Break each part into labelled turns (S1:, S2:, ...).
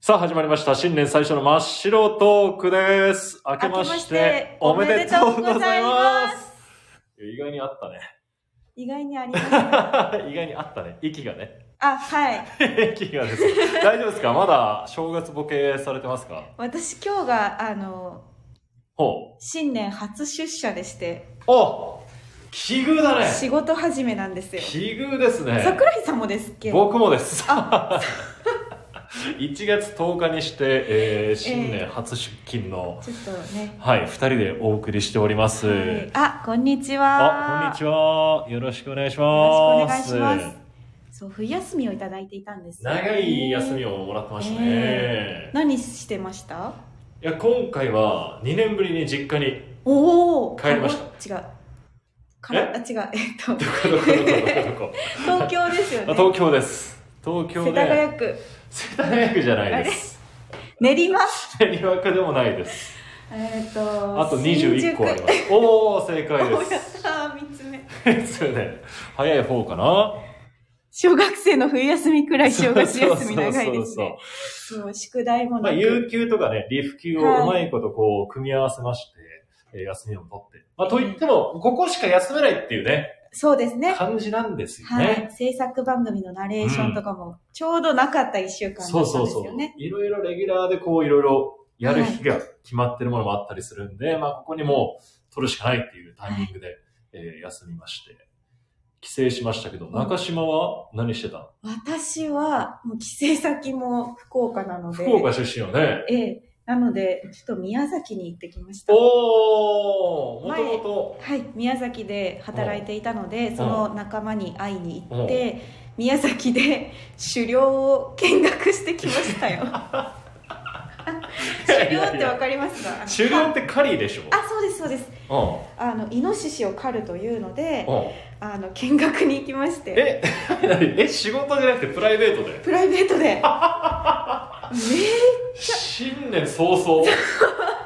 S1: さあ始まりました。新年最初の真っ白トークです。明けましておめでとうございます。いや意外にあった
S2: 意外にあります。
S1: ね。意 外にあったね。息がね。
S2: あ、はい。
S1: 息がです。大丈夫ですかまだ正月ボケされてますか
S2: 私今日が、あの、
S1: ほ
S2: 新年初出社でして、
S1: う。お奇遇だね。
S2: 仕事始めなんですよ。
S1: 奇遇ですね。
S2: 桜井さんもですっけど。
S1: 僕もです。1月10日にして、えー新年初出勤の、
S2: ちょっとね。
S1: はい、2人でお送りしております。
S2: はいあ、こんにちは。
S1: あ、こんにちは。よろしくお願いします。
S2: よろしくお願いします。そう、冬休みをいただいていたんですよね、
S1: 長い休みをもらってましたね。
S2: えー何してました
S1: いや、今回は2年ぶりに実家に。
S2: おお
S1: 帰りました
S2: た。違う。からあ違う。えっと
S1: ど、こどこどこどこどこ
S2: 東京ですよ
S1: あ
S2: ね。
S1: 東京です。東京
S2: 世田
S1: で。
S2: 谷区。
S1: 世田谷区じゃないです。
S2: 練馬。
S1: 練馬区でもないです。
S2: えっと、
S1: あと21個あ ります。おお、正解
S2: お
S1: で
S2: や三つ目。
S1: す。 ですよね。早い方かな。
S2: 小学生の冬休みくらい正月休み長い
S1: そうそ
S2: で
S1: う
S2: す
S1: そう
S2: ね。もう宿題も
S1: まあ、
S2: な
S1: 有
S2: く。
S1: 給とかね、リフ給をうまいことこう、組み合わせまして、えー休みを取って。まあ、といっても、ここしか休めないっていうね、
S2: そうですね。
S1: 感じなんですよ
S2: は
S1: ね。
S2: い。制作番組のナレーションとかも、ちょうどなかった一週間だった
S1: そう
S2: んです
S1: そうそう
S2: よね。。
S1: いろいろレギュラーでこう、いろいろやる日が決まってるものもあったりするんで、まあ、ここにもう、取るしかないっていうタイミングで、えー休みまして。帰省しましたけど、
S2: ん
S1: 中島は何してたの、
S2: 私は、もう帰省先も福岡なので。
S1: 福岡出身よね。
S2: ええ。なので、ちょっと宮崎に行ってきました。
S1: おーもともと、
S2: はい。宮崎で働いていたので、その仲間に会いに行って、宮崎で狩猟を見学してきましたよ。狩猟っ てわかりますか
S1: 終了って狩りでしょ
S2: あそうですそうです
S1: うん。
S2: あのイノシシを狩るというので
S1: うん
S2: あの見学に行きまして
S1: え、 何え、仕事じゃなくてプライベートで
S2: プライベ ートでめ
S1: 新年早 々。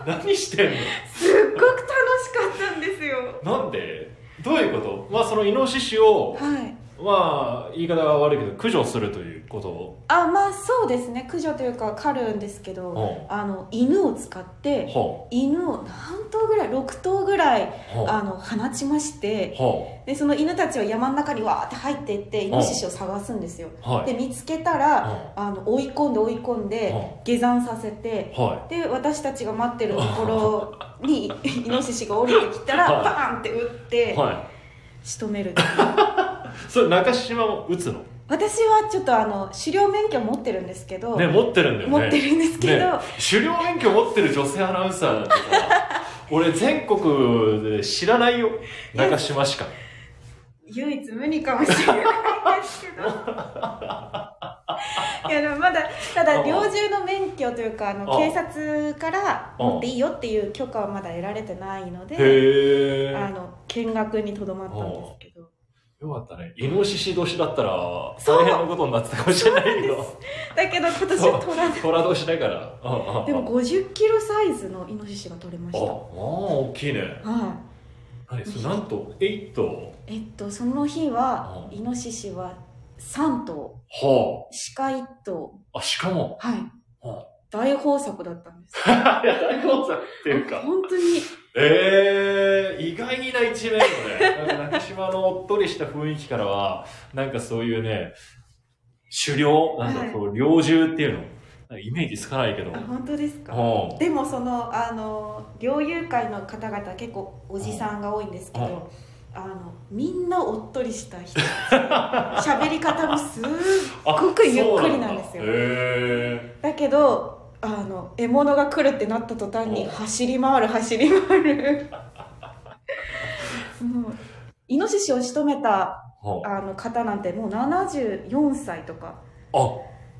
S1: 何してん
S2: すっごく楽しかったんですよ
S1: のなんでどういうことまあそのイノシシを、
S2: はい
S1: まあ言い方が悪いけど、駆除するということを。
S2: あまあそうですね駆除というか狩るんですけど
S1: ほ
S2: あの犬を使っ
S1: う
S2: て
S1: ほ
S2: 犬を何頭ぐらい6頭ぐらいう
S1: ほう
S2: あの放ちまして
S1: ほ
S2: でその犬たちは山の中にわーって入っていってイノシシを探すんですよ
S1: うはい。
S2: で見つけたらあの追い込んで追い込ん
S1: うん
S2: で下山させて
S1: は
S2: で私たちが待ってるとこ ろにイノシシが降りてきたら
S1: はい
S2: バーンって撃っ
S1: い。
S2: て
S1: は
S2: 仕留めるっていう
S1: い。それ中島も撃つの
S2: 私はちょっとあの狩猟免許持ってるんですけど、
S1: ね、持ってるんだよね。
S2: 持ってるんですけど、
S1: ね狩猟免許持ってる女性アナウンサーなんてさ 俺全国で知らないよ。中島しか。
S2: 唯一無二かもしれないですけ どいやでもまだただ
S1: うん
S2: 猟銃の免許というかあの
S1: うん
S2: 警察から
S1: うん
S2: 持っていいよっていう許可はまだ得られてないので
S1: へ
S2: あ
S1: え。
S2: の見学にとどまったんですけど。
S1: よかったね。イノシシ年だったら
S2: そう
S1: 大変なことになってたかもしれないけど。
S2: だけど今年は取らない
S1: 虎年だから。うんうんうん
S2: でも50キロサイズのイノシシが取れま
S1: あ、
S2: し
S1: あ
S2: た
S1: 大きいね。
S2: は
S1: 何それなんと8頭。
S2: い、えっとその日は
S1: うん
S2: イノシシは3頭
S1: は
S2: 鹿1頭
S1: あ。あ、しかも。
S2: はい
S1: は
S2: 大豊作だったんです
S1: あ、いや、大好作っていうか。
S2: 本当に
S1: ええー、意外な一面よね。なんか中島のおっとりした雰囲気からは、なんかそういうね、狩猟なんかこう、猟銃っていうの。なんかイメージつかないけど。
S2: あ
S1: うん。
S2: 本当ですか
S1: は
S2: でもそのあの猟友会の方々結構おじさんが多いんですけ
S1: うん
S2: どあのみんなおっとりし た人喋り方もすっごくゆっくりなんですよ
S1: へえ。
S2: だけどあの獲物が来るってなった途端に
S1: お
S2: 走り回る走り回るもうイノシシを仕留めた
S1: は
S2: あの方なんてもう74歳とか
S1: あ、あ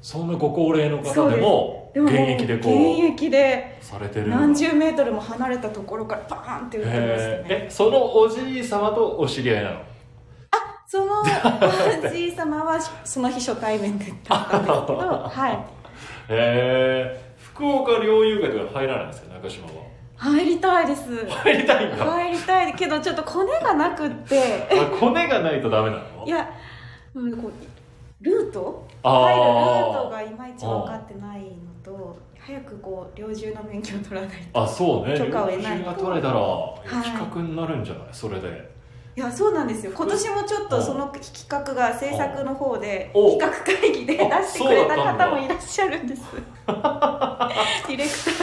S1: そんなご高齢の方
S2: そう
S1: で
S2: です
S1: も
S2: でも
S1: 現
S2: もう
S1: 役でこ
S2: 現
S1: う
S2: 役で
S1: されてるんだ
S2: 何十メートルも離れたところからパーンって撃ってま
S1: へ
S2: した
S1: ー
S2: ね
S1: えそのおじい様とお知り合いなの
S2: そのおじい様はその日初対面だったんですけど はい
S1: へえ福岡猟友会とか入らないんですか中島は
S2: 入りたいです
S1: 入りたいんだ、
S2: 入りたいけどちょっとコネがなくって
S1: あコネがないとダメなの
S2: いや、うん、こうルート入るルート
S1: あ
S2: がいまいち分かってないのと早くこう猟銃の免許を取らないと
S1: あそうね
S2: 許可を得ない
S1: 猟銃が取れたら企画になるんじゃないそれで
S2: いやそうなんですよ今年もちょっとその企画が制作の方で
S1: お
S2: 企画会議で出
S1: あ
S2: してくれた
S1: そうだったん
S2: 方
S1: だ
S2: もいらっしゃるんですディレクタ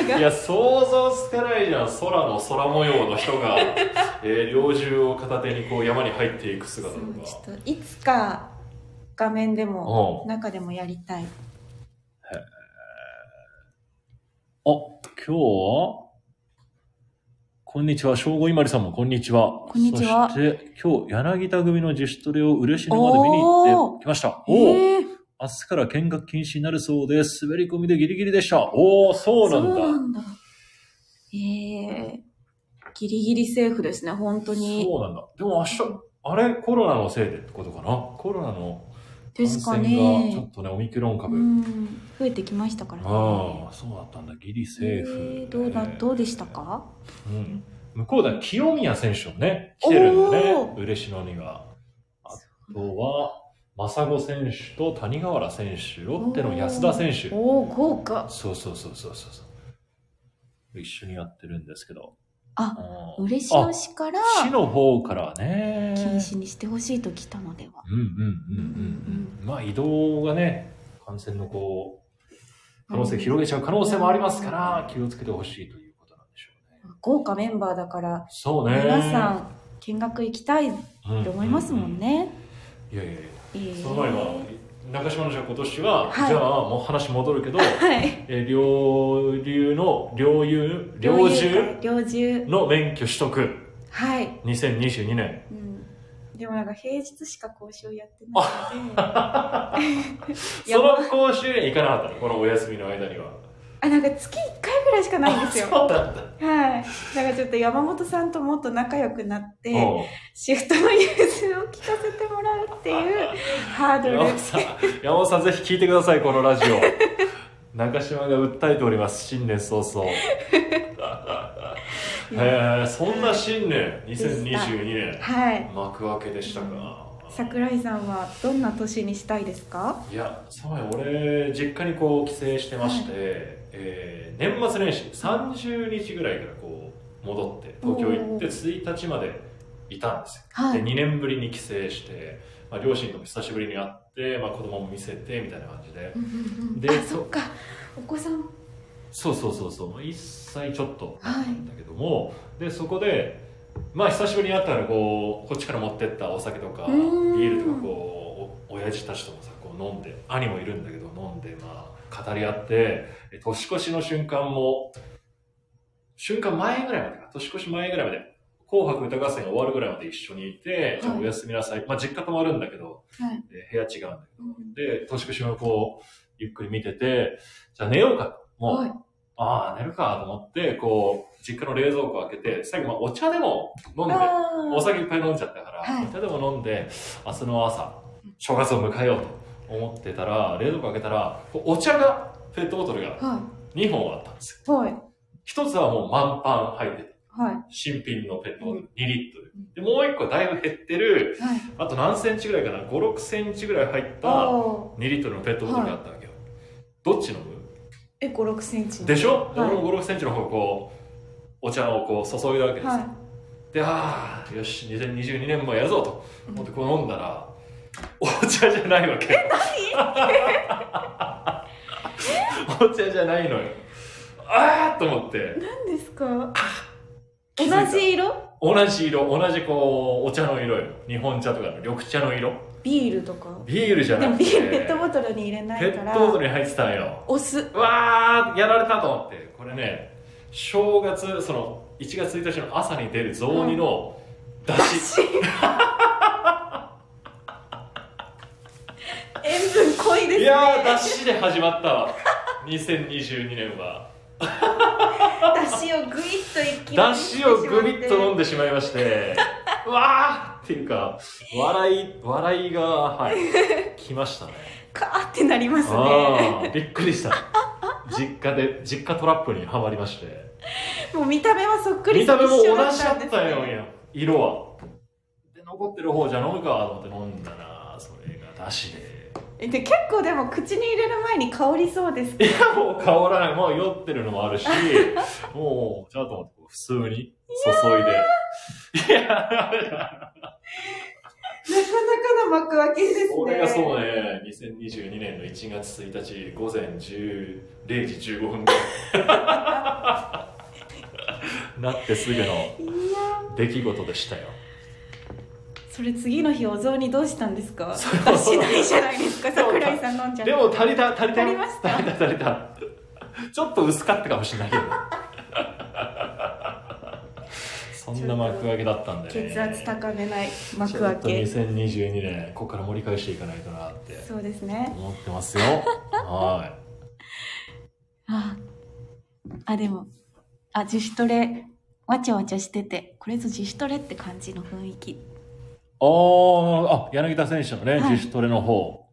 S2: ーが
S1: いや想像つかないじゃん空の空模様の人 が、えー、猟銃を片手にこう山に入っていく姿と
S2: そう
S1: か
S2: ちょっといつか画面でも
S1: う
S2: 中でもやりたい
S1: あ、今日はこんにちは。正午いまりさんもこんにちは。
S2: こんにちは
S1: そして、今日、柳田組の自主トレを嬉野まで見に行ってきました。おおー
S2: えー
S1: 明日から見学禁止になるそうです。滑り込みでギリギリでした。おおそうなんだ。
S2: そうなんだええギリギリセーフですね本当に
S1: そうなんだ。でも明日、あれコロナのせいでってことかなコロナの
S2: ですか
S1: 感染がちょ
S2: ね
S1: っとね、オミクロン
S2: う
S1: 株。
S2: ん増えてきましたからね
S1: ああ、そうだったんだ。ギリセーフ、
S2: えーどうだどうでしたか
S1: うん向こうだ、清宮選手もね、来てるんだよ
S2: お
S1: ね、嬉野には。あとは、正子選手と谷川原選手、ロッテの安田選手。
S2: おお豪華
S1: そうそうそうそうそうそう。一緒にやってるんですけど。
S2: あ
S1: うん
S2: 嬉野市から
S1: あ市の方からはね。
S2: 禁止にしてほしいと来たのでは
S1: うんうんうんうんうん。まあ移動がね、感染のこう、可能性広げちゃう可能性もありますから、気をつけてほしいということなんでしょうね。
S2: 豪華メンバーだから
S1: そうね。
S2: 皆さん見学行きたいと
S1: うん、
S2: 思いますもんね、
S1: いやいやいや、
S2: ええ
S1: その前は、中島のじゃあ今年は、
S2: はい
S1: じゃあもう話戻るけど、
S2: はい
S1: えー両流の、両流、両獣
S2: 猟銃
S1: の免許取得、
S2: はい
S1: 2022年。
S2: うんでもなんか平日しか講習やってないのでいや
S1: その講習に行かなかったのこのお休みの間には。
S2: あなんか月1回ぐらいしかないんですよは
S1: そうだった。
S2: いなんかちょっと山本さんともっと仲良くなって
S1: うん
S2: シフトの融通を聞かせてもらうっていうハード
S1: 山
S2: ル
S1: 本さん、山本さんぜひ聞いてください、このラジオ。中島が訴えております、新年早々。へえ、そんな新年、2022年、
S2: はい
S1: 幕開けでしたか。
S2: 桜井さんはどんな年にしたいですか
S1: いや、そうや、俺、実家にこう帰省してまして、えー年末年始、30日ぐらいからこう、戻って、東京行って、
S2: お
S1: 1日までいたんですよ。
S2: は
S1: で
S2: い
S1: 2年ぶりに帰省して、まあ、両親とも久しぶりに会って、まあ、子供も見せてみたいな感じで
S2: うんうんうん
S1: で
S2: あそっかお子さん
S1: そうそうそうそうもう1歳ちょっとだったんだけども、でそこでまあ久しぶりに会ったからこうこっちから持ってったお酒とか
S2: う
S1: ビ
S2: ーん
S1: ールとかこうお親父たちともさこう飲んで兄もいるんだけど飲んでまあ語り合ってえ年越しの瞬間も瞬間前ぐらいまでか年越し前ぐらいまで「紅白歌合戦」が終わるぐらいまで一緒にいて、じゃあ
S2: はい
S1: おやすみなさいまあ実家泊まるんだけど、
S2: はい
S1: え部屋違うんだ
S2: うん
S1: けどで年越しをこうゆっくり見ててじゃあ寝ようかもう、
S2: はい
S1: ああ、寝るかと思って、こう、実家の冷蔵庫を開けて、最後、まあ、お茶でも飲んで、
S2: あー
S1: お酒いっぱい飲んじゃったから、
S2: はい
S1: お茶でも飲んで、明日の朝、正月を迎えようと思ってたら、冷蔵庫開けたら、こうお茶が、ペットボトルが
S2: は
S1: 2本あったんですよ。
S2: いはい
S1: 一つはもう満パン入ってて、
S2: はい
S1: 新品のペットボトル2リットル
S2: うん。
S1: で、もう一個だいぶ減ってる、
S2: はい
S1: あと何センチぐらいかな、5、6センチぐらい入った2
S2: ああ
S1: リットルのペットボトルがあったわけよ。どっち飲む
S2: え五六センチ
S1: でしょ、で
S2: はい
S1: 俺も5 6センチの方こうお茶をこう注いだわけですよ、
S2: は
S1: でああよし2022年もやるぞと
S2: うん
S1: 思ってこう飲んだら、お茶じゃないわけえ何お茶じゃないのよああと思って
S2: い何ですか
S1: 気
S2: 同
S1: づいた
S2: じ色
S1: 同じ色同じこうお茶の色よ日本茶とかの緑茶の色
S2: ビールとか
S1: ビールじゃ
S2: で
S1: な
S2: も
S1: くて
S2: ビールペットボトルに入れない
S1: ペ
S2: か
S1: ットボト
S2: ら
S1: ルに入ってたんよ
S2: お酢
S1: うわーやられたと思ってこれね正月その1月1日の朝に出る雑煮のだし、
S2: 塩分濃いで す
S1: い
S2: ね
S1: やーだしで始まったわ2022年 は
S2: だしをグイッと一気
S1: だしをグビッと飲ん
S2: で
S1: でしまいましてうわーっていうか笑い笑いが はい来ましたね
S2: カーってなりますね
S1: あーびっくりした実家で実家トラップにはまりまして
S2: もう見た目はそっくり
S1: 見た目も同
S2: 一
S1: じ
S2: 緒
S1: だ
S2: だ
S1: った
S2: んです
S1: よ
S2: ね
S1: や色はで残ってる方じゃ飲むかと思って飲んだなそれがだしで
S2: えで結構でも口に入れる前に香りそうです
S1: いや、もう変わらない。もう酔ってるのもあるし、もう、じゃあと思って、普通に注いで。いや、
S2: なかなかの幕開けですね
S1: 俺がそうね、2022年の1月1日午前10 0時15分ぐらいなってすぐの
S2: いや
S1: 出来事でしたよ。
S2: それ次の日お雑煮どうしたんですか
S1: そ
S2: し
S1: う
S2: ないじゃないですか
S1: そう
S2: 桜井さん飲んじゃって
S1: でも足りた、足りた。
S2: 足りました
S1: 足りた、足りた。ちょっと薄かったかもしれ ないけど。そんな幕開けだったんでね。
S2: 血圧高めない幕
S1: ちょ
S2: 開
S1: っと
S2: け
S1: 2022年、ここから盛り返していかないとなって
S2: そうですね
S1: 思って ますよ。は
S2: あああでもあ自主トレわちゃわちゃしててこれぞ自主トレって感じの雰囲気
S1: い。ああ、柳田選手のね、
S2: はい
S1: 自主トレの方。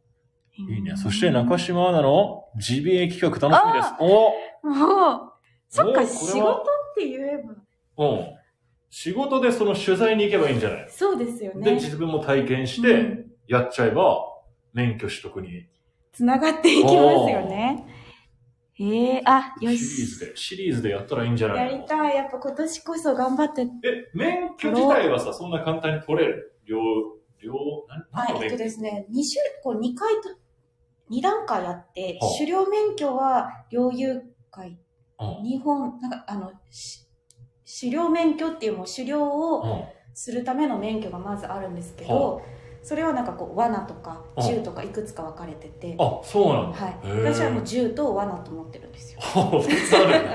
S1: いいね。そして
S2: も
S1: 中
S2: う
S1: 島アナのジビエ企画楽しみです
S2: あ。
S1: お
S2: そっ
S1: おこれは
S2: か仕事って言えば
S1: うん。仕事でその取材に行けばいいんじゃない
S2: そうですよ
S1: で、
S2: ね
S1: 自分も体験し
S2: う
S1: て
S2: ん、
S1: やっちゃえば、免許取得に。
S2: つながっていきますよねえー、あ
S1: シ
S2: よ
S1: リ
S2: し
S1: ーズで、シリーズでやったらいいんじゃな
S2: や
S1: い
S2: り
S1: の
S2: たいやっぱ今年こそ頑張って
S1: え、免許自体はさ、そんな簡単に取れる両、両、なん
S2: は
S1: なんの
S2: い、え
S1: 免
S2: っと
S1: 許
S2: ですね、2種、こう2回と、2段階あって
S1: はあ、
S2: 狩猟免許は猟友会、
S1: うん
S2: 日本、なんかあの、し狩猟免許っていうもう狩猟を
S1: うん
S2: するための免許がまずあるんですけ
S1: は
S2: ど、それはなんかこう罠とか
S1: はあ
S2: 銃とかいくつか分かれてて、
S1: あ、そうなんだ。
S2: はい
S1: へー、
S2: 私はもう銃と罠と思ってるんですよ。
S1: あ 二つあるんだ。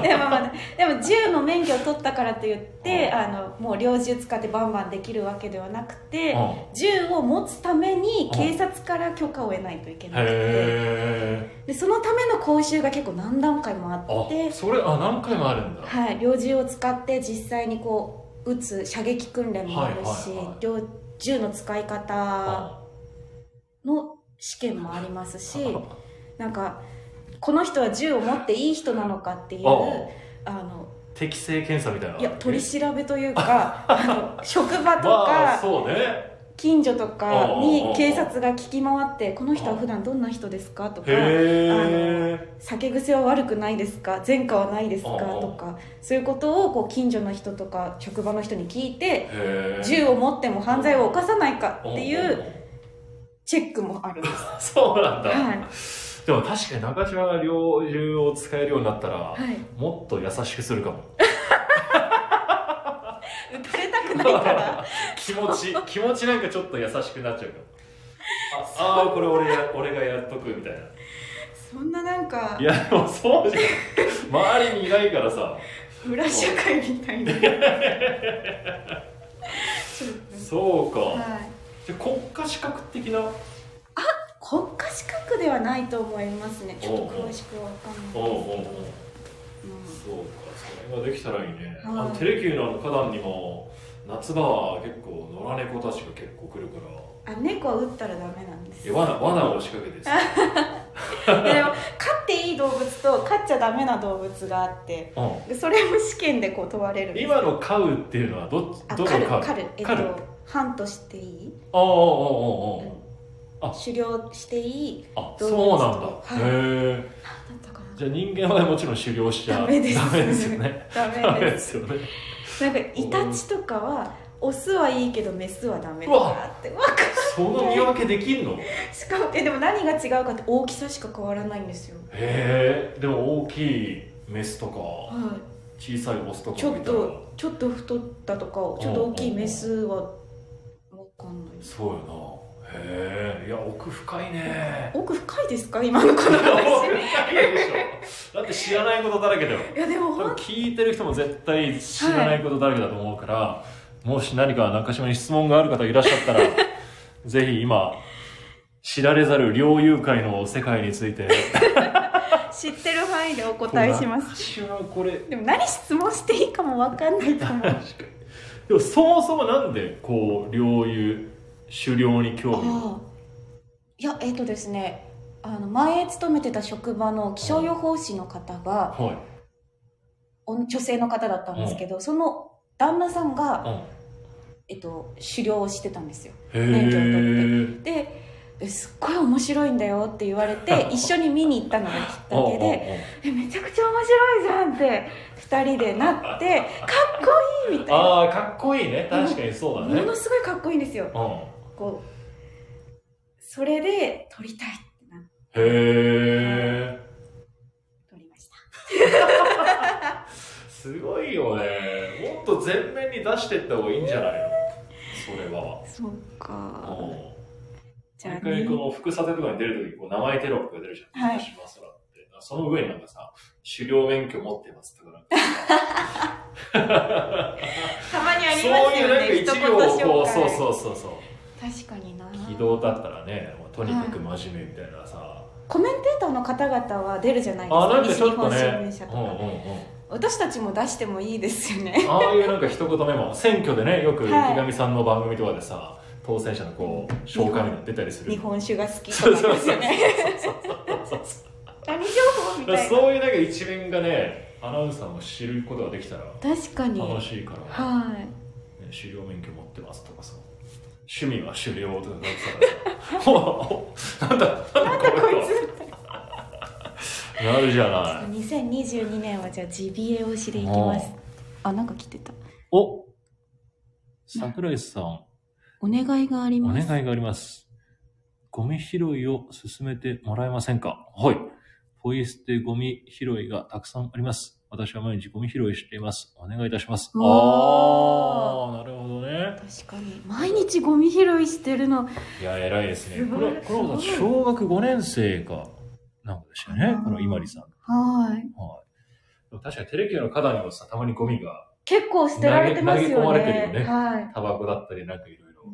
S2: はい、でもまあでも銃の免許を取ったからといって、あのもう猟銃使ってバンバンできるわけではなくて、
S1: うん
S2: 銃を持つために
S1: うん
S2: 警察から許可を得ないといけなくて
S1: へ
S2: でそのための講習が結構何段階もあっ
S1: ー。あ、
S2: て、
S1: それ、あ、何回もあるんだ。
S2: はい、猟銃を使って実際にこう撃つ射撃訓練もあるし、
S1: はいはいはい
S2: 猟銃の使い方の試験もありますし
S1: うん
S2: なんかこの人は銃を持っていい人なのかっていう
S1: あ
S2: あの
S1: 適性検査みたいなのあ
S2: い
S1: る
S2: や
S1: わけ。
S2: 取り調べというか あの職場と
S1: まあ、
S2: か
S1: そうね。
S2: 近所とか
S1: あああ
S2: に
S1: あ
S2: 警察が聞き回ってこの人は普段どんな人ですかとか
S1: へえ。
S2: 酒癖は悪くないですか前科はないですか
S1: ああ
S2: とかそういうことをこう近所の人とか職場の人に聞いて
S1: へー
S2: 銃を持っても犯罪を犯さないかってい
S1: ん
S2: うん
S1: ん
S2: チェックもあるんです。
S1: そうなんだ、
S2: はい
S1: でも確かに中島が猟銃を使えるようになったら、
S2: はい、
S1: もっと優しくするかも
S2: 撃たれたくない から、
S1: 気持ち気持ちなんかちょっと優しくなっちゃうかもああーこれ俺や俺がやっとくみたいな
S2: そんななんか
S1: いやでもそうじゃん周りにいないからさ
S2: 裏社会みたいな。 そうですね
S1: そうか、
S2: はい
S1: じゃあ国家資格的な
S2: 国家資格ではないと思いますね。ちょっと詳しくわかん
S1: おうおう
S2: ない
S1: おう
S2: ですけど。うん
S1: そうかそれができたらいいね、
S2: はい
S1: あのテレキューのあの花壇にも夏場は結構野良猫たちが結構来るから
S2: あ、猫は撃ったらダメなんです
S1: え。罠罠を仕掛けてさ、
S2: でも飼っていい動物と飼っちゃダメな動物があって
S1: うん
S2: でそれも試験でこう問われるんです
S1: 今の飼うっていうのはどっち
S2: あ
S1: どの
S2: 狩る
S1: 飼う
S2: 狩るえっ
S1: 狩る
S2: とハントしていい、
S1: ああああああ
S2: 狩猟していい
S1: あああ
S2: 動
S1: そう
S2: 物
S1: なんだ、
S2: と
S1: へえ
S2: あなんだったかな
S1: じゃあ人間はもちろん狩猟しちゃ
S2: ダメです
S1: よね
S2: ダ
S1: ダ
S2: メ
S1: メ
S2: で
S1: ですすよね
S2: なんかイタチとかはオスはいいけどメスはダメだ
S1: う
S2: な
S1: わ
S2: ってわかる
S1: その見分けできんのへ
S2: しかもえでも何が違うかって大きさしか変わらないんですよ
S1: えでも大きいメスとか
S2: は
S1: 小さいオスと
S2: い
S1: か
S2: ちょ
S1: み
S2: った
S1: いな
S2: とちょっと太ったとかちょっと大きいメスはわかんないです
S1: そうよなへえいや奥深い ね
S2: 奥深いですか今のこ
S1: 奥
S2: の話
S1: 深いでしょだって知らないことだらけだよ
S2: いやでも
S1: 多
S2: 本
S1: 分聞いてる人も絶対知らないことだらけだと思うから、もし何か中島に質問がある方いらっしゃ ったらぜひ今知られざる猟友会の世界について
S2: 知ってる範囲でお答えします
S1: す中島これ
S2: でも何質問していいかもわかんないと思う
S1: でもそもそもなんでこう猟友狩猟に興味を
S2: ああいやえっ、とですねあの前勤めてた職場の気象予報士の方が
S1: はい、
S2: お女性の方だったんですけど、その旦那さんが、
S1: うん、
S2: えっと狩猟をしてたんですよ
S1: へえ
S2: でえすっごい面白いんだよって言わ れて一緒に見に行ったのがきっか
S1: おうおうお
S2: け
S1: う
S2: でえめちゃくちゃ面白いじゃんって2人でなってかっこいいみたいな
S1: ああかっこいいね確かにそうだね、
S2: ものすごいかっこいいんですよ
S1: うん、
S2: こうそれで撮りたいってなって
S1: へえ
S2: 撮りました
S1: すごいよねもっと前面に出してった方がいいんじゃないのそれは
S2: そうか
S1: うん
S2: じゃあ
S1: 毎
S2: ね
S1: 回この副査定とかに出るとき、こう名前テロップが出るじゃん。
S2: はい
S1: しますらって。その上になんかさ、狩猟免許持ってますとかなんか。
S2: たまにあ
S1: そ
S2: り
S1: う
S2: ます
S1: いう
S2: よ
S1: なんか
S2: ね
S1: 一行
S2: 一言
S1: をこ
S2: 紹
S1: う、
S2: 介
S1: そうそうそうそう。
S2: 確かにな
S1: 非道だったらね、まあとにかく真面目みたいなさ。
S2: コメンテーターの方々は出るじゃないです
S1: あ、
S2: か
S1: なんかち
S2: 西
S1: ょ
S2: 日
S1: っと
S2: 本新
S1: ね
S2: 聞社。と
S1: う
S2: か、
S1: んうんうん。
S2: 私たちも出してもいいですよね
S1: ああいうなんか一言目も、選挙でね、よく
S2: はい
S1: 池上さんの番組とかでさ、当選者のこう、紹介みたいなの出たりする。
S2: 日本酒が好き
S1: そ
S2: と
S1: う
S2: か
S1: そう
S2: です
S1: そう
S2: よね
S1: そうそう。
S2: 何情報み
S1: だか
S2: た
S1: ら
S2: いな
S1: そういうなんか一面がねアナウンサーも知ることができたら
S2: 確かに
S1: 楽しいから、
S2: はい
S1: ね、狩猟免許持ってますとかさ趣味は狩猟とかなってたらさお おなんだなんだこ
S2: こ
S1: れ
S2: い
S1: は
S2: つ
S1: なるじゃない
S2: 2022年はじゃあジビエ推しでいきますあなんか来てた
S1: お桜井さん
S2: お願いがあり
S1: お
S2: ます
S1: 願いがありますゴミ拾いを進めてもらえませんかはいポイ捨てゴミ拾いがたくさんあります私は毎日ゴミ拾いしていますお願いいたしますあ
S2: う
S1: あ
S2: わー
S1: ーなるほどね
S2: 確かに毎日ゴミ拾いしてるの
S1: いや、偉いですね。
S2: すご
S1: こ
S2: い
S1: れ、これは
S2: すごい
S1: 小学5年生か、なんかでしたよね
S2: あ、ー
S1: この伊万里さん。
S2: はい
S1: はい。でも確かにテレビの花壇にもさ、たまにゴミが、
S2: 結構捨てられてますよね
S1: 投げ投げ込まれてるよね
S2: はい
S1: タバコだったり、なんかいろいろ
S2: う、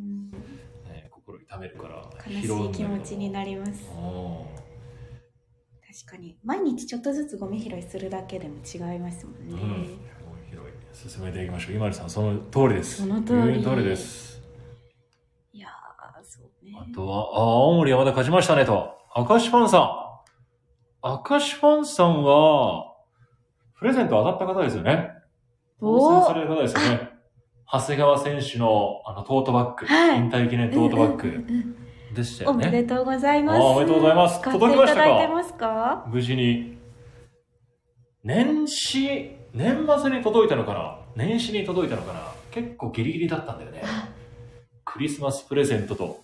S2: ん
S1: ね、心痛めるから、
S2: 悲しい気持ちに
S1: る。
S2: なります
S1: うん
S2: 確かに毎日ちょっとずつゴミ拾いするだけでも違いますもん
S1: う
S2: ね、
S1: ん。ゴミ拾い、進めていきましょう。伊万里さん、その通りです。
S2: その通
S1: 言
S2: り
S1: う通りです。
S2: いやーそうね
S1: あとは、あー、青森山田勝ちましたねと。明石ファンさん。明石ファンさんは、プレゼント当たった方ですよね。当選
S2: お
S1: される方ですよね。長谷川選手のあのトートバッグ、
S2: はい
S1: 引退記念トートバッ
S2: うんうん
S1: グ
S2: うんうん
S1: でしたよ
S2: おめで
S1: ね。
S2: とうございます
S1: あーおめでとうございます
S2: 買って
S1: 届
S2: い
S1: きましたたか
S2: だいてますか
S1: 無事に。年始、年末に届いたのかな年始に届いたのかな結構ギリギリだったんだよね。
S2: あ
S1: クリスマスプレゼントと。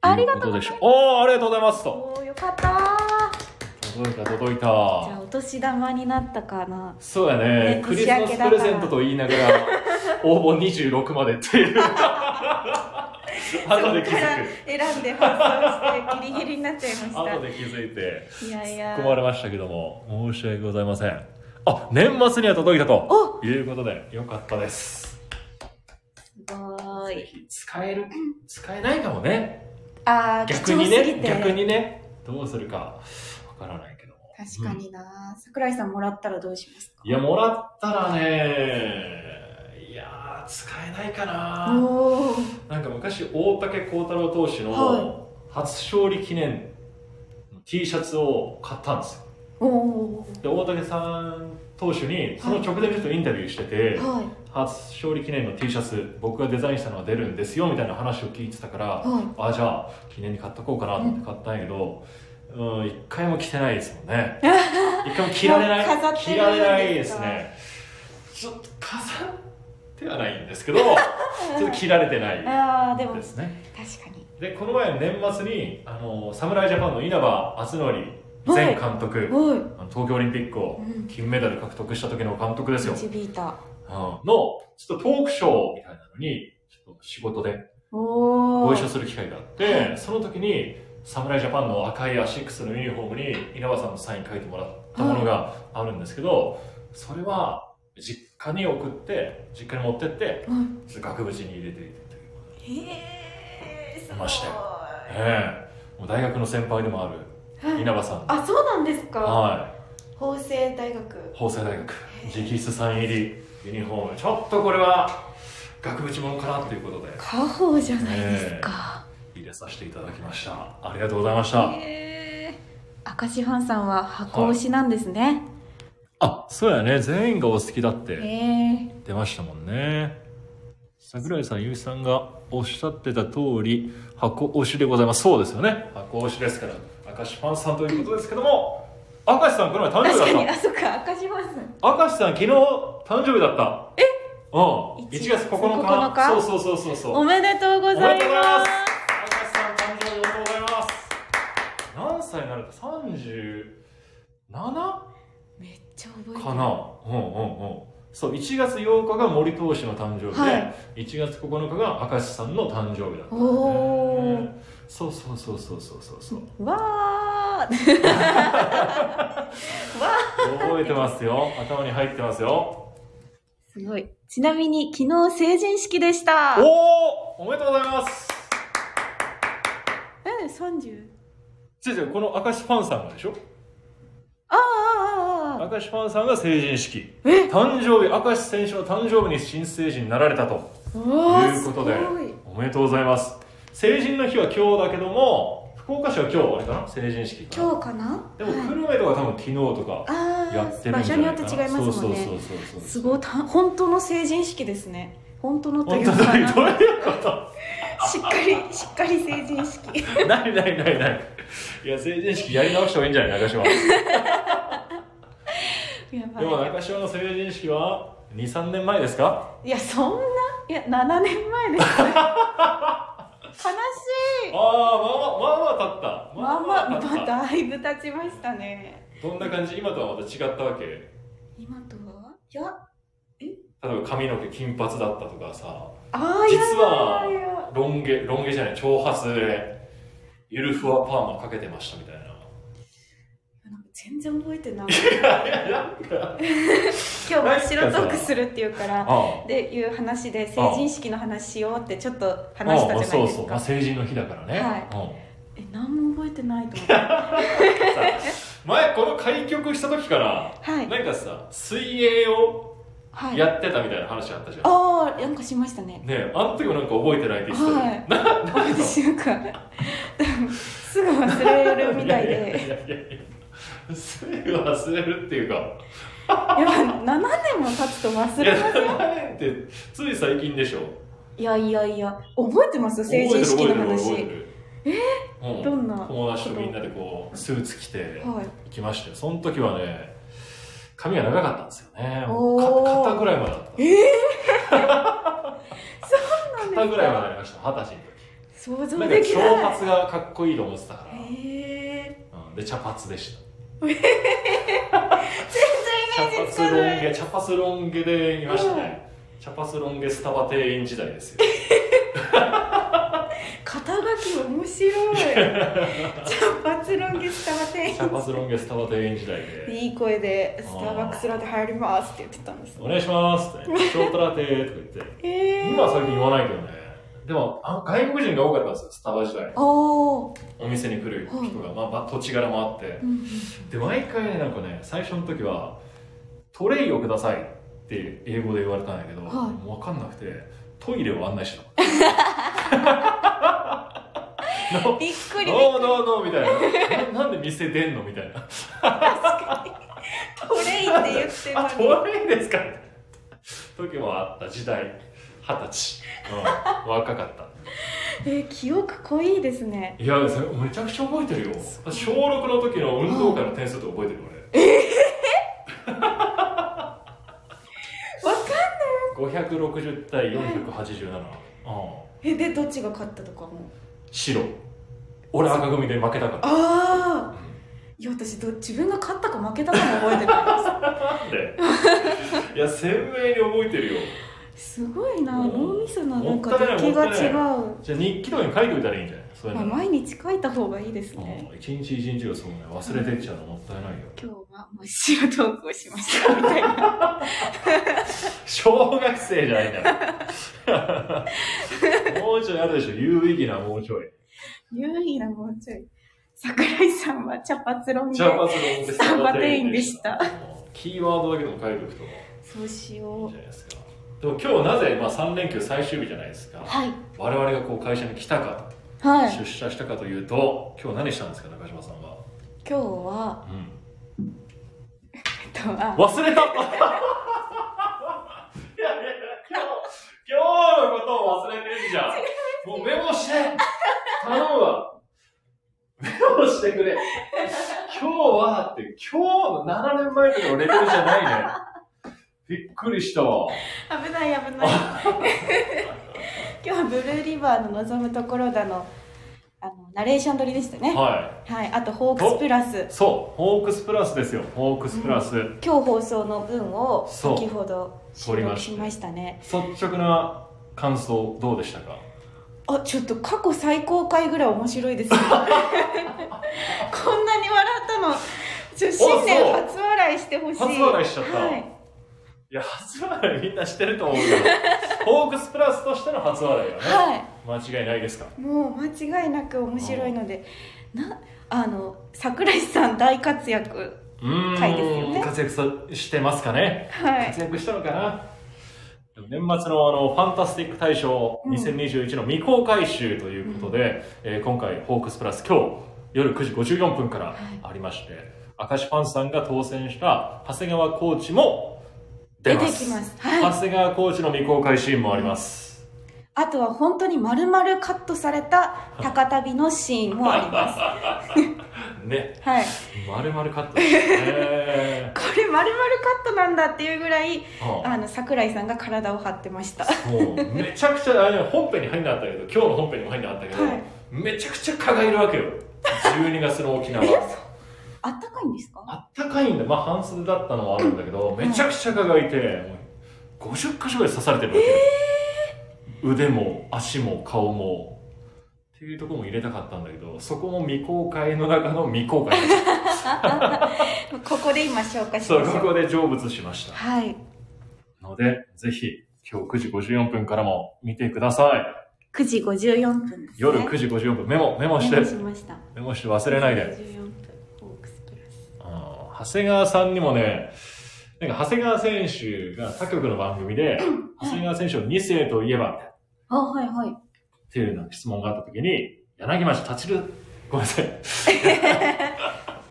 S2: ありがとう
S1: う
S2: ござ
S1: で
S2: いま
S1: し
S2: す
S1: ょう。おー、ありがとうございますと。
S2: おーよかったー
S1: 届いた、届い
S2: じゃあ
S1: た。
S2: お年玉になったかな
S1: そうやね
S2: ね
S1: クリスマスプレゼントと言いながら、応募26までって いう。後で気
S2: そっから
S1: づく。
S2: 選んで発送してギリギリになっちゃいました
S1: 後で気づいて。
S2: いやい
S1: 突
S2: や
S1: っ込まれましたけども申し訳ございませんあ年末には届いたと
S2: お
S1: いうことでよかったです
S2: すごー
S1: ぜ
S2: い
S1: ひ使える使えないかもね
S2: あー
S1: 逆
S2: 貴
S1: に
S2: 重すぎ
S1: ね
S2: て
S1: 逆にねどうするかわからないけども
S2: 確かにな桜井さんもらったらどうしますか
S1: いやもらったらねいやー使えないかな
S2: おお
S1: なんか昔大竹幸太郎投手
S2: は
S1: の初勝利記念の T シャツを買ったんですよ
S2: おお
S1: で大竹さん投手にその直前にちょっとインタビューしてて、
S2: はい
S1: 初勝利記念の T シャツ僕がデザインしたのは出るんですよみたいな話を聞いてたから、
S2: は
S1: あじゃあ記念に買っとこうかなと思って買ったんやけど、うん、一回も着てないですもん ね一回も着られない
S2: もう飾ってるんですか
S1: 着られないですねちょっと飾ってはないんです けどちょっと着られてない
S2: いああでも
S1: で
S2: 確
S1: すね
S2: かに
S1: でこの前年末にあの侍ジャパンの稲葉篤紀前監督、
S2: おい
S1: あの東京オリンピックを
S2: うん
S1: 金メダル獲得した時の監督ですよ
S2: 導いた
S1: の、ちょっとトークショーみたいなのに、ちょっと仕事で
S2: おお
S1: ご一緒する機会があって、その時に、侍ジャパンの赤いアシックスのユニフォームに稲葉さんのサイン書いてもらったものがあるんですけど、それは実家に送って、実家に持ってって、
S2: うん
S1: ちょっと額縁に入れているという。
S2: へえすごい
S1: ましたよええもう大学の先輩でもあ
S2: は
S1: る
S2: い
S1: 稲葉さん。
S2: あそうなんですか
S1: は
S2: 法政大学
S1: い。法政大学、直筆サイン入りユニフォーム。ちょっとこれは、額縁ものかなということで。
S2: 家宝じゃないですか
S1: 入れさせていただきましたありがとうございました、
S2: へえ明石藩さんは箱推しなんですね
S1: あそうやね全員がお好きだって
S2: へえ
S1: 出ましたもんね桜井さん、ゆうさんがおっしゃってた通り、箱推しでございます。そうですよね。箱推しですから、明石ファンさんということですけども、明石さん、この前誕
S2: 確
S1: 生
S2: か
S1: 日
S2: に
S1: だっ
S2: あそっか赤島さん
S1: た。明石さん、昨日誕生日だった。えうん。1月9日。
S2: 9日
S1: そうそうそうそうそう。
S2: おめでとうござい
S1: おめでとうござい
S2: ま
S1: ます
S2: す
S1: 明石さん、誕生日おめでとうございます。何歳になるか 37?
S2: めっちゃ覚えてる
S1: かな、うんうんうん、そう1月8日が森投手の誕生日で、
S2: はい
S1: 1月9日が明石さんの誕生日だったんだ
S2: お
S1: よ
S2: ー
S1: ねそうそうそうそうそうそうそう
S2: わーわー
S1: 覚えてますよ 頭に入ってますよ
S2: すごい。ちなみに、昨日成人式でした。
S1: お
S2: え、
S1: おおめでとうございます
S2: 30?
S1: 違う違うこの明石ファンさんがでしょ
S2: ああ、ああ、ああ。
S1: 明石ファンさんが成人式誕生日明石選手の誕生日に新成人になられたと
S2: おー
S1: いうことです
S2: ごい。
S1: おめでとうございます成人の日は今日だけども福岡市は今日あれかな成人式かな
S2: 今日かな
S1: でも
S2: はい
S1: 久留米とか多分昨日とか
S2: あ
S1: やって
S2: あ、
S1: るん
S2: 場
S1: じ
S2: 所
S1: ゃ
S2: に
S1: な
S2: よ
S1: い
S2: っ
S1: か
S2: て
S1: な
S2: 違いますもん
S1: そうそ
S2: ね。
S1: うそうそう
S2: すごい、た本当の成人式ですね。本当のとい
S1: 本
S2: う
S1: 当
S2: か、
S1: だ
S2: な
S1: ど
S2: んか
S1: ういうこと
S2: しっかり、しっかり成人式。
S1: ないないないないいや成人式やり直した方がいいんじゃない中島で
S2: やば
S1: も
S2: い。
S1: 中島の成人式は23年前ですか
S2: いや、そんな、いや、7年前です。悲し
S1: ああま
S2: い。まあ
S1: あまあまあ経ったまあま
S2: まあ、
S1: あ経
S2: ま
S1: った
S2: だいぶ経ちましたね。
S1: どんな感じ今とはまた違ったわけ例え
S2: 今とはいや、
S1: ば髪の毛金髪だったとかさ
S2: ああ、い
S1: 実
S2: や
S1: はい
S2: やいや。
S1: ロン毛ロン毛じゃない長髪でゆるふわパーマかけてましたみたいな
S2: なんか全然覚えてない
S1: いやいやなんか
S2: 今日真っ白トークするっていうから
S1: ああ
S2: でいう話で成人式の話しようってちょっと話したじゃないです
S1: うんそうそう、まあ、
S2: か
S1: 成人の日だからね、
S2: はい
S1: い
S2: え何も覚えてないと 思って
S1: うん、前この開局した時から
S2: はい
S1: なんかさ水泳を
S2: はい
S1: やってたみたいな話あったじゃん、
S2: ああなんかしました ね
S1: ねえあの時もなんか覚えてないって言ってたよ、
S2: はい
S1: ななんか
S2: 私なんか すぐ忘れるみたい
S1: や
S2: で
S1: やいやいやすぐ忘れるっていうか
S2: やっぱ7年も経つと忘
S1: い
S2: れ
S1: や
S2: ます
S1: 7年ってつい最近でしょ
S2: いやいやいや覚えてます成人式
S1: 覚え
S2: の
S1: て
S2: 話
S1: る覚えてるえ
S2: どんな
S1: 友達とみんなでこうスーツ着て
S2: はい
S1: 行きましたよその時はね髪が長かったんですよねもう
S2: おー
S1: か肩ぐらいまでだった
S2: ええそうな
S1: 肩
S2: ん
S1: ぐ
S2: です
S1: らいまで
S2: か
S1: ありました二十歳の
S2: 想
S1: 時
S2: 像
S1: なんか
S2: できない
S1: 長髪がかっこいいと思ってたから、
S2: え
S1: うん、で茶髪で した
S2: ー、全然イメージつ
S1: 茶
S2: か
S1: 髪ロ
S2: ない
S1: ン毛茶髪ロン毛でいましたね、茶髪ロン毛スタバ庭園時代ですよ
S2: 肩書き面 白い茶髪ロン毛スタバ店
S1: 茶髪ロン毛スタバ庭園時代で
S2: いい声で「スターバックスラテ入ります」って言ってたんです
S1: 「お願いします」 って「ショートラテ」とか言って
S2: えー、
S1: 今は最近言わないけどねでもあの外国人が多かったんですよスタバ時代
S2: おー
S1: お店に来る人が、まあまあ、土地柄もあって
S2: うんうん
S1: で毎回ねなんかね最初の時は「トレイをください」って英語で言われたんだけど、
S2: はい
S1: もう分かんなくてトイレを案内してたの
S2: びっくりびっ
S1: ノーノー
S2: くり
S1: ノーみたいなななんで店出んのみたいな
S2: トレイって言って
S1: あ
S2: たのに
S1: トレイですか時もあった時代二十歳、うん、若かった
S2: えー、記憶濃いですね
S1: いやそれめちゃくちゃ覚えてるよ小6の時の運動会の点数とか覚えてる俺
S2: わかんない
S1: 560対487、うん、
S2: えでどっちが勝ったとかも
S1: 白俺赤組で負けたか
S2: ああいや私ど自分が勝ったか負けたかも覚えてない
S1: らなんで いや鮮明に覚えてるよ
S2: ですすごいな
S1: うん
S2: 脳みそのなんか
S1: もったいない
S2: 出来が
S1: もった
S2: 違、
S1: いうじゃあ日記とかに書いておいたらいいんじゃないそういう
S2: まあ、
S1: の、
S2: 毎日書いた方がいいです
S1: うん
S2: ね
S1: 一日一日がそうね忘れてっちゃうのもったいないよ
S2: 今日は真っ白トークをしましたみたいな
S1: 小学生じゃないんだよ もうちょいあるでしょ有意義なもうちょい
S2: 有意義なもうちょい。桜井さんは茶髪ロン毛
S1: 茶。髪のお店
S2: スタバ店員でした
S1: キーワードだけでも書いておくといい
S2: そうし
S1: ん
S2: よ
S1: じゃないですかでも今日なぜ、まあ、3連休最終日じゃないですか
S2: う。はい。
S1: 我々がこう会社に来たかと、
S2: はい。
S1: 出社したかというと今日何したんですか中島さんは、
S2: 今日は、
S1: うん
S2: えっと、 あ、
S1: 忘れたいやいや今日今日のこことを忘れてるじゃん。もうメモして頼むわメモしてくれ今日はって、今日の7年前とかのレベルじゃないね。びっくりしたわ。
S2: 危ない危ない 今日はブルーリバーの望むところだのあのナレーション撮りでしたねは、
S1: はい
S2: あとホークスプラス
S1: い。そう、ホークスプラスですよ。ホークスプラス。
S2: 今日放送の分を
S1: そう
S2: 先ほど
S1: 撮りました
S2: しましたね
S1: 率直な感想どうでしたか
S2: あちょっと過去最高回ぐらい面白 いですねこんなに笑ったのちょ新年
S1: そう
S2: 初笑いしてほしい
S1: 初笑いしちゃった
S2: はい、
S1: いや、初笑いみんなしてると思う けど、ホークスプラスとしての初笑いはね、
S2: はい
S1: 間違いないですか
S2: もう間違いなく面白いので、なあの桜井さん大活躍
S1: うーん
S2: 回ですよね
S1: 活躍さしてますかね、
S2: はい
S1: 活躍したのかなでも年末のあの、ファンタスティック大賞
S2: うん
S1: 2021の未公開集ということで、えー今回、ホークスプラス今日夜9時54分からありまして、明石パンさんが当選した長谷川コーチも出
S2: 出て
S1: ま。
S2: きますすはい
S1: 長谷川コーチの未公開シーンもあります。
S2: あとは本当に丸々カットされた高旅のシーンもあります
S1: ね、
S2: はい。
S1: まるまるカットですね
S2: これ丸々カットなんだっていうぐらい
S1: うん
S2: あの桜井さんが体を張ってました
S1: もうめちゃくちゃあれ本編に入んなかったけど今日の本編にも入んなかったけど、
S2: はい
S1: めちゃくちゃ蚊がいるわけよ12月の沖縄
S2: あったかいんですか
S1: あったかいんだまあ半袖だったのもあるんだけどめちゃくちゃ蚊がいてもう50箇所ぐらい刺されてるわけよ、腕も足も顔もっていうところも入れたかったんだけどそこも未公開の中の未 公開でし
S2: ここで今紹介
S1: た
S2: し
S1: そう
S2: まし
S1: こ
S2: ょ
S1: こ
S2: う
S1: で成仏しました
S2: はい
S1: のでぜひ今日9時54分からも見てください
S2: 9時54分です、ね、
S1: 夜9時54分メモメモし
S2: 時
S1: て
S2: メモしました
S1: メモして忘れないで。
S2: 9時54分ホークスプラス
S1: あー長谷川さんにもね、なんか長谷川選手が他局の番組で、長谷川選手を2世といえば
S2: あはいはい
S1: っていうような質問があった時に、柳町立ちる、ごめんなさい。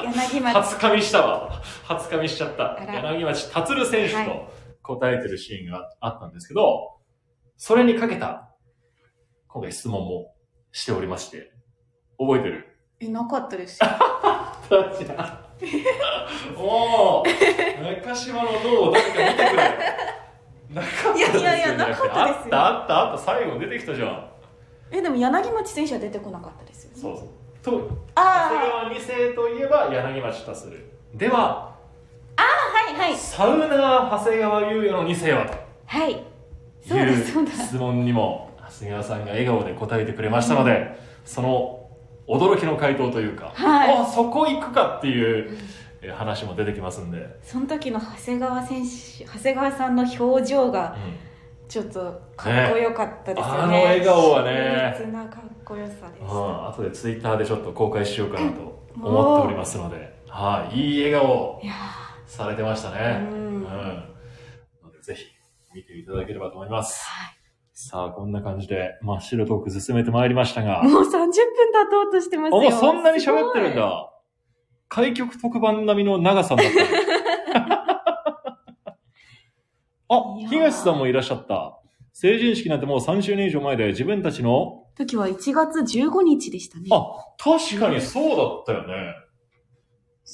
S2: 柳町
S1: 初噛みしたわ。初噛みしちゃった
S2: あ。ら
S1: 柳町達る選手
S2: は
S1: と答えてるシーンがあったんですけど、それにかけた、今回質問もしておりまして、覚えてる
S2: いなかっ たです
S1: たちゃん。 おお、中島の脳を誰か見てくれ。なかったですよ、ね。
S2: いやいやいやなかったですよ
S1: あったあったあった最後出てきたじゃん。
S2: えでも柳町選手は出てこなかったですよね
S1: そうそう。と長谷
S2: あ
S1: 川二世といえば柳町達する。では
S2: あはいはい
S1: サウナー長谷川優也の二世は
S2: はい
S1: と
S2: そう
S1: い
S2: だ
S1: う
S2: そうだ
S1: 質問にも長谷川さんが笑顔で答えてくれましたので、その驚きの回答というか、
S2: はい
S1: あそこ行くかっていうえ話も出てきますんで。
S2: その時の長谷川選手長谷川さんの表情
S1: う
S2: が
S1: ん
S2: ちょっとかっこよかったですよね
S1: ねあの笑顔はね
S2: 秀逸なかっこよさで
S1: う
S2: す
S1: ん、後でツイッターでちょっと公開しようかなと思っておりますので、はい、いい笑顔
S2: いや
S1: されてました
S2: ーう
S1: ね。うんん。
S2: は
S1: のでぜひ見ていただければと思います。さあ、こんな感じで真っ白トーク進めてまいりましたが、
S2: い
S1: あ、
S2: もう30分経とうとしてますよ
S1: もうそんなに喋ってるんだ。開局特番並みの長さに なった。あ、
S2: いやー
S1: 東さんもいらっしゃった。成人式なんてもう30年以上前で自分たちの、
S2: 時は1月15日でしたね
S1: あ、確かにそうだったよね。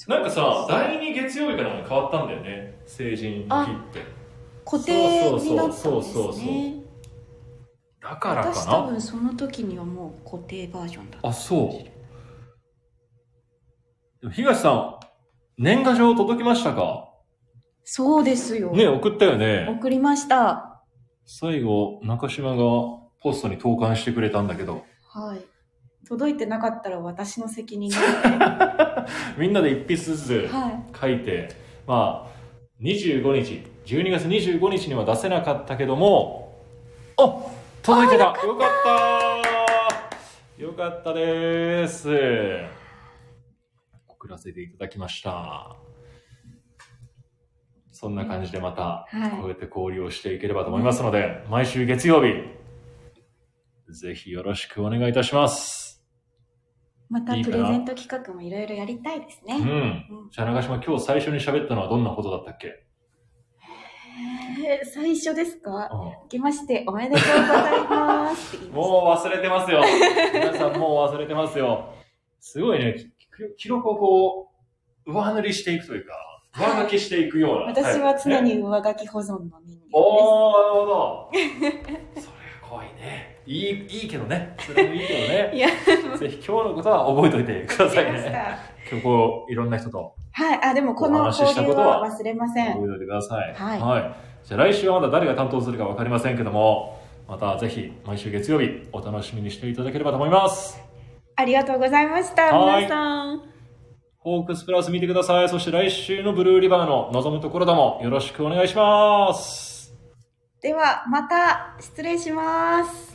S1: なんかさ、第2月曜日からも変わったんだよね。成人の日って。
S2: 固定になったんです
S1: そうそ
S2: ね
S1: うそうそうだからか
S2: 私多
S1: な
S2: 分その時にはもう固定バージョンだった
S1: あ、そう。でも東さん、年賀状届きましたか
S2: そうですよ、
S1: ね、送ったよね。
S2: 送りました
S1: 最後、中島がポストに投函してくれたんだけど、
S2: はい届いてなかったら私の責 任で
S1: みんなで一筆ずつ
S2: はい
S1: 書いて、まあ、25日、12月25日には出せなかったけども、あ届いてたよかったよかったです送らせていただきました。そんな感じでまた、
S2: はい
S1: こうやって交流をしていければと思いますので、毎週月曜日、ぜひよろしくお願いいたします。
S2: また
S1: いい
S2: プ
S1: か
S2: レ
S1: な
S2: ゼント企画もいろいろやりたいです
S1: う
S2: ね
S1: ん。じゃあ、長島、今日最初に喋ったのはどんなことだったっけ
S2: ええー 最初ですか
S1: うん
S2: 明けましておめでとうございます って言いまし
S1: もう忘れてますよ。皆さんもう忘れてますよ。すごいね、き記録をこう、上塗りしていくというか、上書きしていくような。
S2: た。 私は常
S1: ね
S2: に上書き保存の人間です。
S1: おー、なるほ ど。それ怖いね。いい、いいけどね。それもいいけどね。
S2: いや、
S1: ぜひ今日のことは覚えておいてください
S2: まし
S1: ね。
S2: た。
S1: 今日こう、いろんな人と
S2: はい、あ、でもこ
S1: お
S2: の
S1: 話しし
S2: 交
S1: た
S2: 流
S1: ことは
S2: は忘れません。
S1: 覚えておいてください。
S2: はい
S1: じゃあ来週はまだ誰が担当するかわかりませんけども、またぜひ毎週月曜日お楽しみにしていただければと思います。
S2: ありがとうございました、
S1: はい
S2: 皆さん。
S1: ホークスプラス見てください。そして来週のブルーリバーの望むところどもよろしくお願いします。
S2: では、また失礼します。